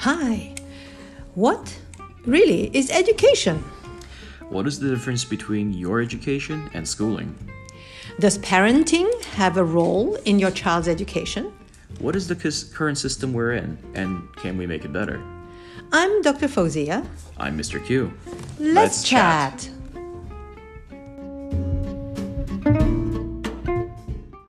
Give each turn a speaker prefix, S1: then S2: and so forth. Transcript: S1: Hi. What really is education?
S2: What is the difference between your education and schooling?
S1: Does parenting have a role in your child's education?
S2: What is the cus- current system we're in, and can we make it better?
S1: I'm Dr. Fozia.
S2: I'm Mr. Q.
S1: Let's,
S2: Let's
S1: chat.
S2: chat.